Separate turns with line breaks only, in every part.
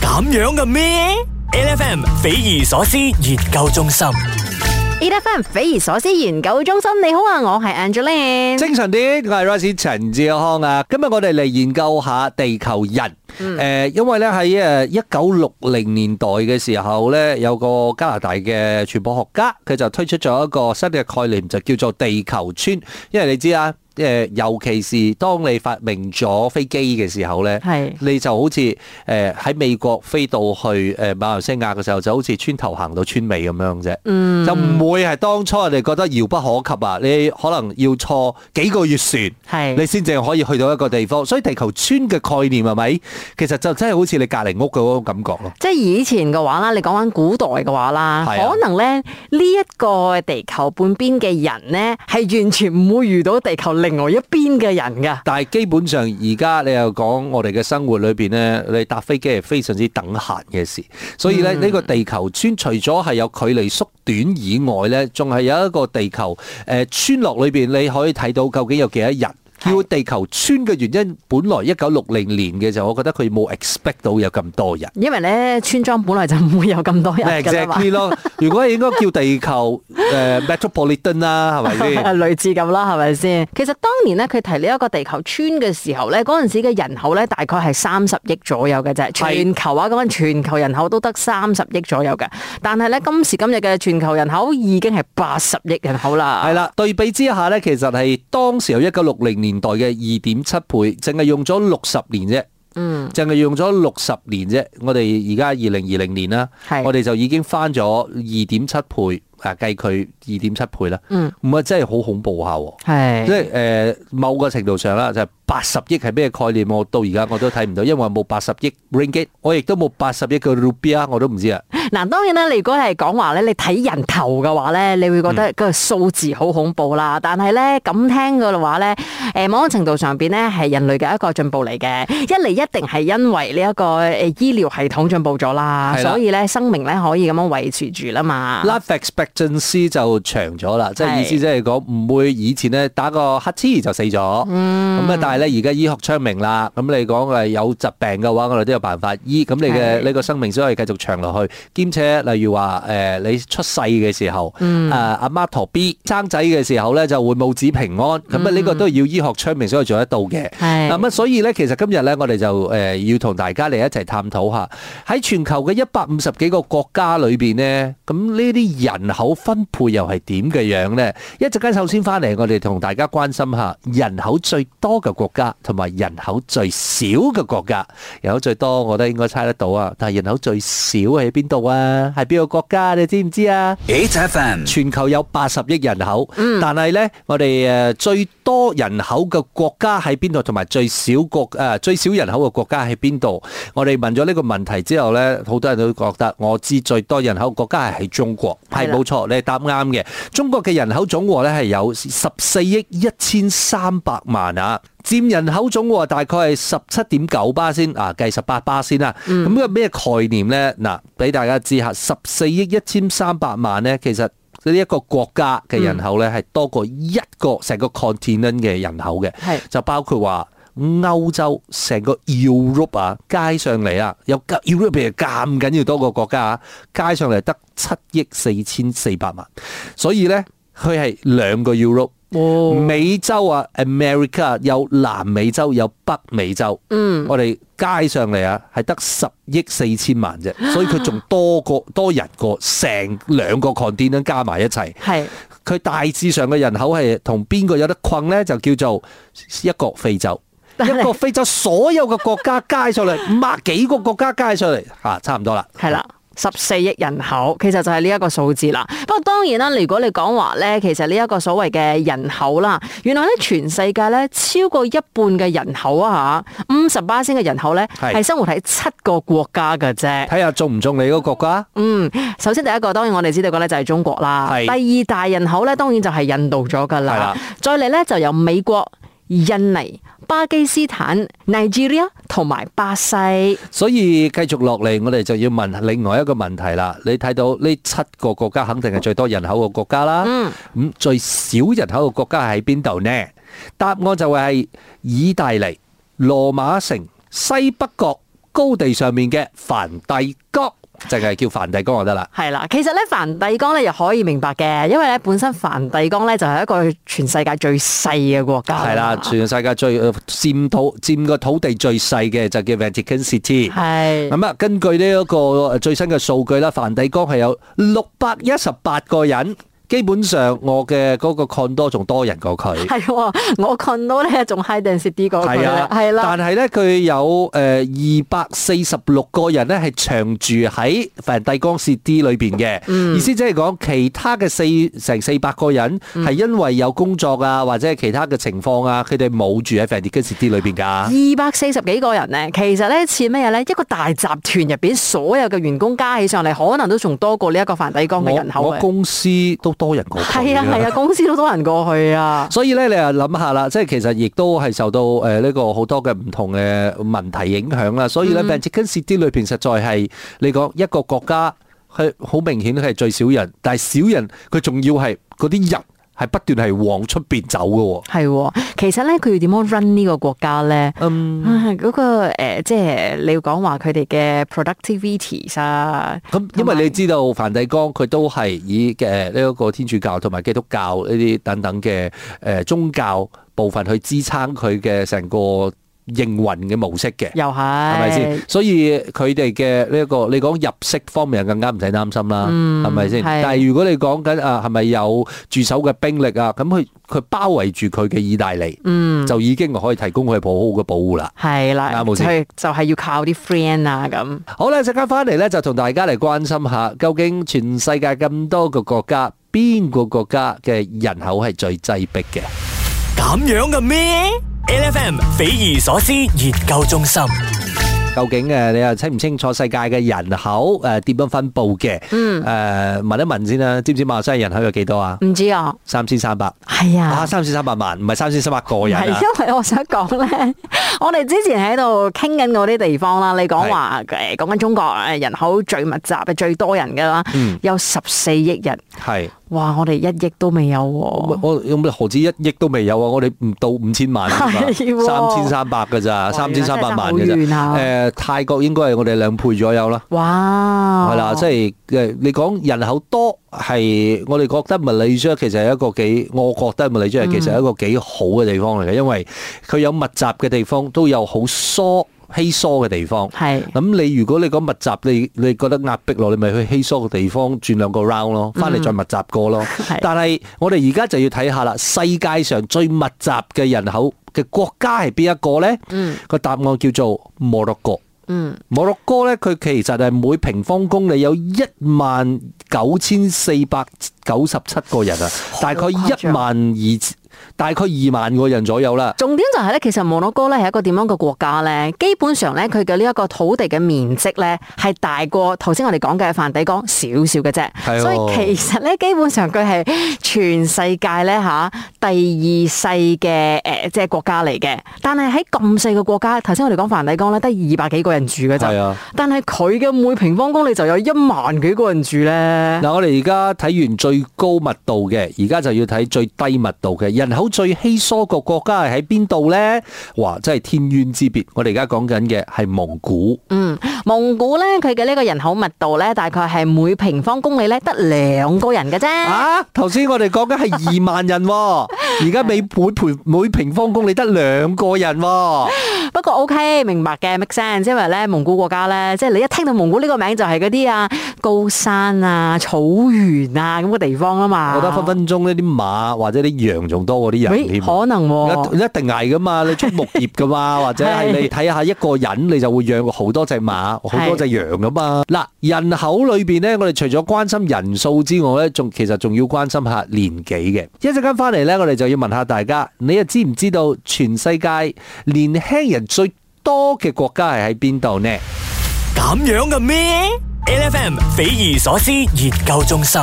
咁樣嘅咩？L F M 匪夷所思研究中心。
E F M 匪夷所思研究中心，你好啊，我係 Angeline。
精神啲，我係 Rice 陳志康啊！今日我哋嚟研究下地球人。誒、因為咧喺誒一九六零年代嘅時候咧，有個加拿大嘅傳播學家，佢就推出咗一個新嘅概念，就叫做地球村。因為你知啊，誒、尤其是當你發明咗飛機嘅時候咧，
係
你就好似誒喺美國飛到去誒呃馬來西亞嘅時候，就好似村頭行到村尾咁樣啫。
嗯
就唔會係當初人哋覺得遙不可及啊！你可能要坐幾個月船，
係
你先至可以去到一個地方。所以地球村嘅概念係咪？其實就真係好似你隔離屋嘅嗰種感覺咯。
即係以前嘅話啦，你講緊古代嘅話啦，
係啊
可能咧呢一個地球半邊嘅人咧，係完全唔會遇到地球另外一邊嘅人噶。
但係基本上而家你又講我哋嘅生活裏邊呢，你搭飛機係非常之等閒嘅事，所以咧
嗯
呢個地球村除咗係有距離縮短以外呢，仲係有一個地球誒、呃村落裏邊你可以睇到究竟有幾多人。叫地球村嘅原因，本來一九六零年嘅時候，我覺得佢冇 expect 到有咁多人。
因為咧村莊本來就唔會 有咁多人噶啦嘛，
exactly 咯，如果應該叫地球誒、呃 metropolitan 啦，係咪先？
類似咁啦，係咪先？其實當年咧，佢提呢一個地球村嘅時候咧，嗰陣時嘅人口咧大概係三十億左右嘅啫，
係
全球啊，講緊全球人口都得三十億左右嘅。但係咧，今時今日嘅全球人口已經係八十億人口啦。
係啦，對比之下呢，其實係當時由一九六零年代嘅二點七倍，淨係用咗六十年啫。嗯，淨係用咗六十年啫。我哋而家二零二零年啦
係，
我哋就已經翻咗二點七倍，啊計佢二點七倍啦。
嗯，
咁啊真係好恐怖下喎。
係
即係誒、呃某個程度上啦，就係八十億係咩概念？我到而家我都睇唔到，因為我冇八十億 ringgit，我亦都冇八十億嘅 rupiah，我都唔知啊。
嗱，當然啦，你如果係講話咧，你睇人頭嘅話咧，你會覺
嗯
得個數字好恐怖啦。但係咧咁聽嘅話咧，誒某種程度上邊咧係人類嘅一個進步嚟嘅。一嚟一定係因為呢一個誒醫療系統進步咗啦，
係啦
所以咧生命咧可以咁樣維持住啦嘛。
life expectancy 就長咗啦，即
係
係意思即係講唔會以前咧打個乞嗤就死咗，咁啊、
嗯
但係咧而家醫學昌明啦，咁你講誒有疾病嘅話，我哋都有辦法醫，咁你
係
嘅呢個生命先可以繼續長落去，兼且例如話誒、呃你出世嘅時候，
嗯
誒阿媽陀 B 生仔嘅時候咧就會母子平安，咁啊呢個都要醫學昌明先可以做得到嘅。
嗯係
咁啊，所以咧，其實今日咧，我哋就誒、呃要同大家嚟一齊探討下喺全球嘅一百五十幾個國家裏邊呢，咁呢啲人口分配又係點嘅樣呢？一陣間首先翻嚟，我哋同大家關心下人口最多嘅國家同埋人口最少嘅國家。人口最多，我覺得應該猜得到啊，但係人口最少喺邊度啊？係邊個國家？你知唔知啊？
H F M
全球有八十億人口，但係呢，我哋誒呃最多人口嘅國家喺邊度，同埋最少國誒、呃最少人口嘅國家喺邊度？我哋問咗呢個問題之後呢，好多人都覺得我知最多人口嘅國家係喺中國，
係
係
啦
冇錯，你係答啱嘅。中國嘅人口總和呢係有十四億一千三百萬啊。佔人口總和大概係十七點九巴先啊，計十八巴先啦。咁個咩概念呢？嗱，俾大家知下，十四億一千三百萬呢，其實呢一個國家嘅人口呢，係多過一個成個 continent 嘅人口嘅，
係
就包括話。歐洲成個 Europe 啊，街上嚟啊，有 Europe 係咁緊要多個國家啊，街上嚟得七億四千四百萬，所以呢，佢係兩個 Europe。
哦
美洲啊，America 啊有南美洲有北美洲，
嗯，
我哋街上嚟啊，係得十億四千萬啫，所以佢仲多過多人過成兩個 continent 加埋一齊，
係
佢大致上嘅人口係同邊個有得困呢？就叫做一個非洲。
但係
一個非洲所有嘅國家加上嚟， 五百幾個國家加上嚟，嚇、差唔多啦。
係啦。十四億人口，其實就係呢一個數字啦。不過當然啦，如果你講話咧，其實呢一個所謂嘅人口啦，原來咧全世界咧超過一半嘅人口啊嚇，五十巴仙嘅人口咧
係
係生活喺七個國家嘅啫。
睇下中唔中你嗰個國家？
嗯，首先第一個當然我哋知道嘅咧就係中國啦，
係
第二大人口咧當然就係印度咗噶
係
啦
啦，
再嚟咧就有美國、印尼、巴基斯坦、Nigeria 同埋巴西。
所以繼續落嚟，我哋就要問另外一個問題啦。你睇到呢七個國家肯定係最多人口嘅國家啦。咁、最少人口嘅國家係喺邊度呢？答案就會係意大利、羅馬城、西北角、高地上面嘅梵蒂岡，淨係叫梵蒂岡就得啦。
係啦，其實咧梵蒂岡咧又可以明白嘅，因為咧本身梵蒂岡咧就係一個全世界最細嘅國家。
係啦，全世界最呃佔土佔個土地最細嘅就叫 Vatican City。
係
咁啊，根據呢一個呃最新嘅數據啦，梵蒂岡係有六百一十八個人，基本上我嘅嗰個 condo 仲多人過佢。
係喎，我 condo 咧仲 high density 過佢
係
啦
啊，，
係啦，
但係咧，佢有诶二百四十六個人咧係長住喺梵蒂岡 City 裏边嘅，
嗯
意思即係講其他嘅四成四百個人
嗯
係因為有工作啊或者係其他嘅情況啊，佢哋冇住喺梵蒂岡 City 裏边㗎。
二百四十幾個人咧，其實咧似咩嘢咧？一個大集團入邊所有嘅員工加起上嚟，可能都仲多過呢一個梵蒂岡嘅人
我
口
我
嘅。
公司都多人過佢
係啊係啊，公司都多人過去啊。
所以咧，你又諗下啦，即係其實亦都係受到誒呢個好多嘅唔同嘅問題影響啦。所以咧 v a t i c a n City 裏邊實在係你講一個國家，佢好明顯係最少人，但係少人佢仲要係嗰啲人係不斷係往出邊走嘅喎。
係喎，其實咧佢要點樣 run 呢個國家咧？
嗯，
唉嗰、個、呃、即係你要講話佢哋嘅 productivities 啊，
咁因為你知道梵蒂岡佢都係以誒呢一個天主教同埋基督教呢啲等等嘅誒宗教部分去支撐佢嘅成個營運嘅模式嘅。
又係
係咪先？？所以佢哋嘅呢一個，你講入息方面更加唔使擔心啦，係咪先？
係
但係如果你講緊啊，係咪有駐守嘅兵力啊？咁佢佢包圍住佢嘅意大利，
嗯，
就已經可以提供佢好好嘅保護啦。
係啦，
啱
就
冇事
係就係要靠啲 friend 啊咁。
好啦，陣間翻嚟咧，就同大家嚟關心下，究竟全世界咁多個國家，邊個國家嘅人口係最擠迫嘅？
咁樣嘅咩？L F M 匪夷所思研究中心。
究竟誒你又清唔清楚世界嘅人口誒點樣分佈嘅？嗯，誒、問一問先啦，知唔知馬來西亞人口有幾多啊？
唔知啊，
三千三百。
係
啊，
啊。
三千三百萬，唔係三千三百個
唔
人
係，
啊！
因為我想講咧， 我哋之前喺度傾緊嗰啲地方啦，你講話誒講緊中國誒人口最密集嘅最多人噶啦，
嗯
有十四億人，
係，
哇！我哋一億都未有喎、
我我我何止一億都未有啊！我哋唔到五千萬
係喎
三千三百㗎咋，三千三百萬㗎
真係爭好遠啊
咋。誒，泰國應該係我哋兩倍左右啦。
哇！
係啦，即係誒，你講人口多係，我哋覺得 Malaysia 其實係一個幾，我覺得 Malaysia 其實係一個幾好嘅地方嚟嘅，因為佢有密集嘅地方，都有好疏稀疏嘅地方。
係
咁你如果你講密集，你你覺得壓迫落，你咪去稀疏嘅地方轉兩個 round 咯，翻嚟再密集過咯。
嗯 係
但係我哋而家就要睇下啦，世界上最密集嘅人口嘅國家係邊一個呢？
嗯
個答案叫做摩洛哥。
嗯
摩洛哥咧，佢其實係每平方公里有一萬九千四百九十七個人啊，大概
誇
一
張
萬二，大概二萬個人左右啦。
重點就係咧，其實摩洛哥咧係一個點樣嘅國家咧？基本上咧，佢嘅呢一個土地嘅面積咧係大過頭先我哋講嘅梵蒂岡少少嘅
係
啫，
喎
所以其實咧基本上佢係全世界咧吓第二細嘅誒即係國家嚟嘅。但係喺咁細嘅國家，頭先我哋講梵蒂岡咧得二百幾個人住嘅
係
啫
啊，
但係佢嘅每平方公里就有一萬幾個人住咧。
嗱，我哋而家睇完最高密度嘅，而家就要睇最低密度嘅。人口最稀疏個國家係喺邊度呢？哇，真係天淵之別。我哋而家講緊嘅係蒙古，
嗯，蒙古咧佢嘅呢個人口密度咧大概係每平方公里咧得兩個人嘅啫。
啊！頭先我哋講緊係二萬人喎，而家每每平每平方公里得兩個人喎。
不過 OK，明白嘅，make sense。因為咧，蒙古國家咧，即係你一聽到蒙古呢個名就係嗰啲啊高山啊、草原啊咁嘅地方啊嘛。
我覺得分分鐘呢啲馬或者啲羊仲多過啲人
咦
添。啊
可能
一
喎、
一定係噶嘛，你畜牧業噶嘛，或者係你睇下一個人，你就會養好多隻馬、好多隻羊噶嘛。嗱，人口裏邊咧，我哋除咗關心人數之外咧，仲其實仲要關心下年紀嘅。一陣間翻嚟咧，我哋就要問下大家，你又知唔知道全世界年輕人最多嘅國家係喺邊度呢？
咁樣嘅咩？L F M 匪夷所思研究中心。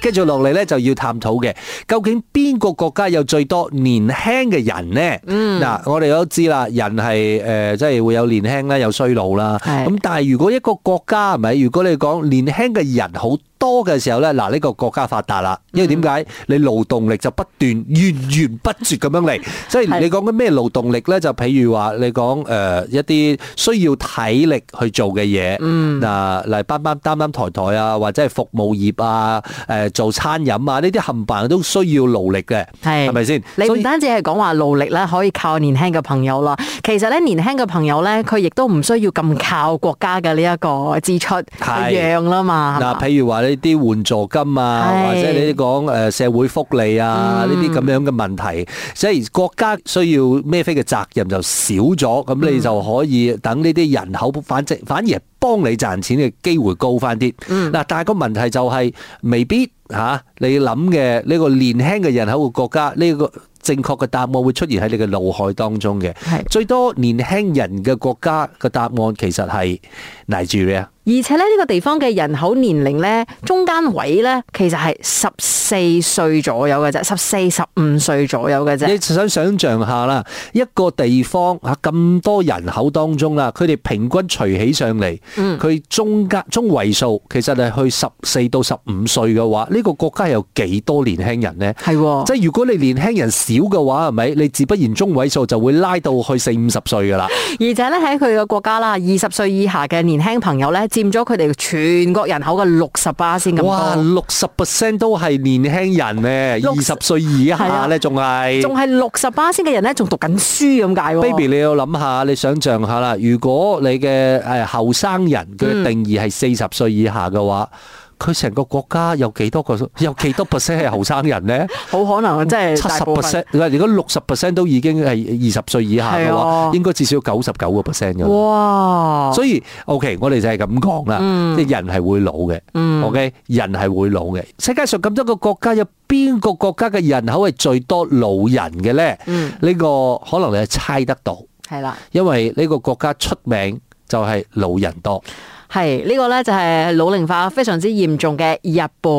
跟住落嚟咧就要探討嘅，究竟邊個國家有最多年輕嘅人呢？嗱、我哋都知啦，人係誒、呃即係會有年輕啦，有衰老啦。
係
咁但係如果一個國家係咪？如果你講年輕嘅人好多嘅時候咧，嗱呢個國家發達啦，因為點解你勞動力就不斷源源不絕咁樣嚟，即係
係
你講緊咩勞動力咧？就譬如話你講誒、呃一啲需要體力去做嘅嘢，嗱嚟擔擔擔擔抬抬啊，或者係服務業啊，誒、做餐飲啊，呢啲冚唪唥都需要勞力嘅，
係
係咪先？
你
所
唔
以
單止係講話勞力咧，可以靠年輕嘅朋友啦。其實咧，年輕嘅朋友咧，佢亦都唔需要咁靠國家嘅呢一個支出
係
去讓啦嘛。係嘛
嗱，譬如話呢啲援助金啊，
係
或者你講誒社會福利啊，呢啲咁樣嘅問題，即係國家需要孭飛嘅責任就少咗，咁你就可以等呢啲人口反正反而係幫你賺錢嘅機會高翻啲。嗱，但係個問題就係未必嚇、你諗嘅呢個年輕嘅人口嘅國家呢、個。正確嘅答案會出現喺你嘅腦海當中嘅
係，
最多年輕人嘅國家嘅答案其實係 Nigeria。
而且咧，呢個地方嘅人口年齡咧，中間位咧，其實係十四歲左右嘅啫，十四十五歲左右嘅啫。
你想想象下啦，一個地方啊咁多人口當中啦，佢哋平均除起上嚟，
嗯
佢、中間中位數其實係去十四到十五歲嘅話，呢、個國家有幾多年輕人呢？
係喎，
即係如果你年輕人少嘅話，係咪你自不然中位數就會拉到去四五十歲㗎啦？
而且咧喺佢嘅國家啦，二十歲以下嘅年輕朋友咧，佔咗佢哋全國人口嘅六十八先咁
哇，
多，
六十 percent 都係年輕人咧，二十
60
歲以
係
下
啊
咧仲係。
仲係六十八先嘅人咧，仲讀緊書咁解喎。
baby，你要諗下，你想象下啦，如果你嘅誒後生人嘅定義係四十歲以下嘅話，佢成、個國家有幾多個有幾多 percent 係後生 人呢？
好可能即係
七
大
十
部分
percent，如果六十 percent 都已經係二十歲以下嘅
係
話
啊，
應該至少九十九個 percent 嘅。
哇！
所以 OK，我哋就係咁講啦，即係人係會老嘅。OK，人係會老嘅。世界上咁多個國家，有邊個國家嘅人口係最多老人嘅呢？
嗯
呢個可能你係猜得到。
係啦，
因為呢個國家出名就係老人多。
係呢個咧就係老齡化非常之嚴重嘅日本。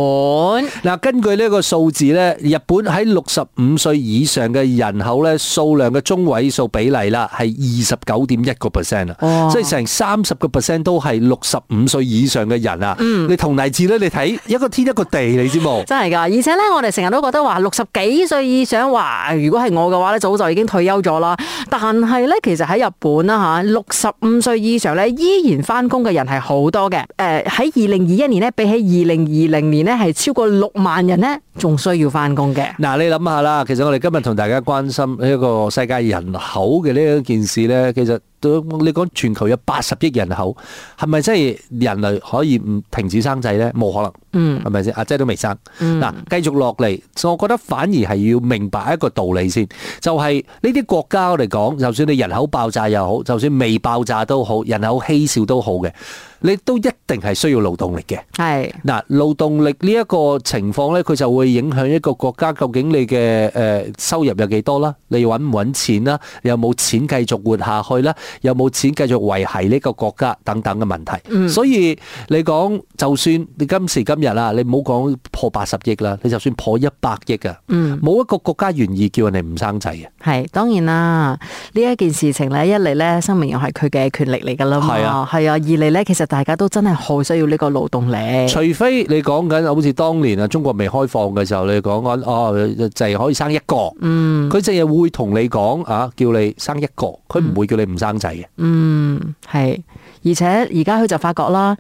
嗱，根據呢個數字呢，日本喺六十五歲以上嘅人口呢，數量嘅中位數比例啦，係二十九點一個 percent 啊，
哇
即係成三十個 percent 都係六十五歲以上嘅人啊。你同例子呢，你睇一個天一個地，你知冇？
真係㗎，而且咧，我哋成日都覺得話六十幾歲以上話，如果係我嘅話咧，早就已經退休咗啦。但係咧，其實喺日本啊啦嚇，六十五歲以上咧，依然翻工嘅人係好多嘅。誒喺二零二一年咧，比起二零二零年咧，係超過六萬人咧，仲需要翻工嘅。
嗱，你諗下啦，其實我哋今日同大家關心呢一個世界人口嘅呢一件事呢，其實都你講全球有八十億人口，係咪真係人類可以唔停止生仔呢？冇可能。
嗯
係咪先？阿姐都未生，
嗯
嗱、繼續落嚟，我覺得反而係要明白一個道理先，就係呢啲國家我哋講，就算你人口爆炸又好，就算未爆炸都好，人口稀少都好嘅，你都一定係需要勞動力嘅。
係
嗱，勞動力呢一個情況呢，佢就會影響一個國家究竟你嘅誒、呃收入有幾多啦，你揾唔揾錢啦，你有冇錢繼續活下去啦，有冇錢繼續維係呢個國家等等嘅問題。所以你講，就算你今時今日啊，你唔好講破八十億啦，你就算破一百億啊，冇一個國家願意叫人哋唔生仔嘅。啊
係，當然啦，呢一件事情咧，一嚟咧，生命又係佢嘅權力嚟㗎啦嘛，
係啊
係啊，二嚟咧，其實大家都真係好需要呢個勞動力。
除非你講緊好似當年啊，中國未開放嘅時候，你講緊哦，就係可以生一個，嗯，佢淨係會同你講啊，叫你生一個，佢唔會叫你唔生仔嘅。
嗯，系，而且而家佢就發覺啦，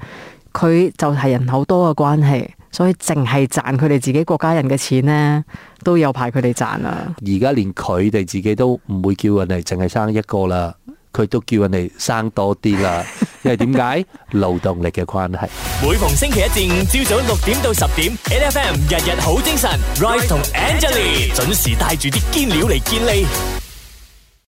佢就係人口多嘅關係，所以淨係賺佢哋自己國家人嘅錢呢，都有排佢哋賺啦。
而家連佢哋自己都唔會叫人哋淨係生一個啦，佢都叫人哋生多啲啦，因為點解勞動力嘅關係。
每逢星期一至五朝早六點到十點，N F M 日日好精神，Rise 同 Angelie 準時帶住啲堅料嚟健利。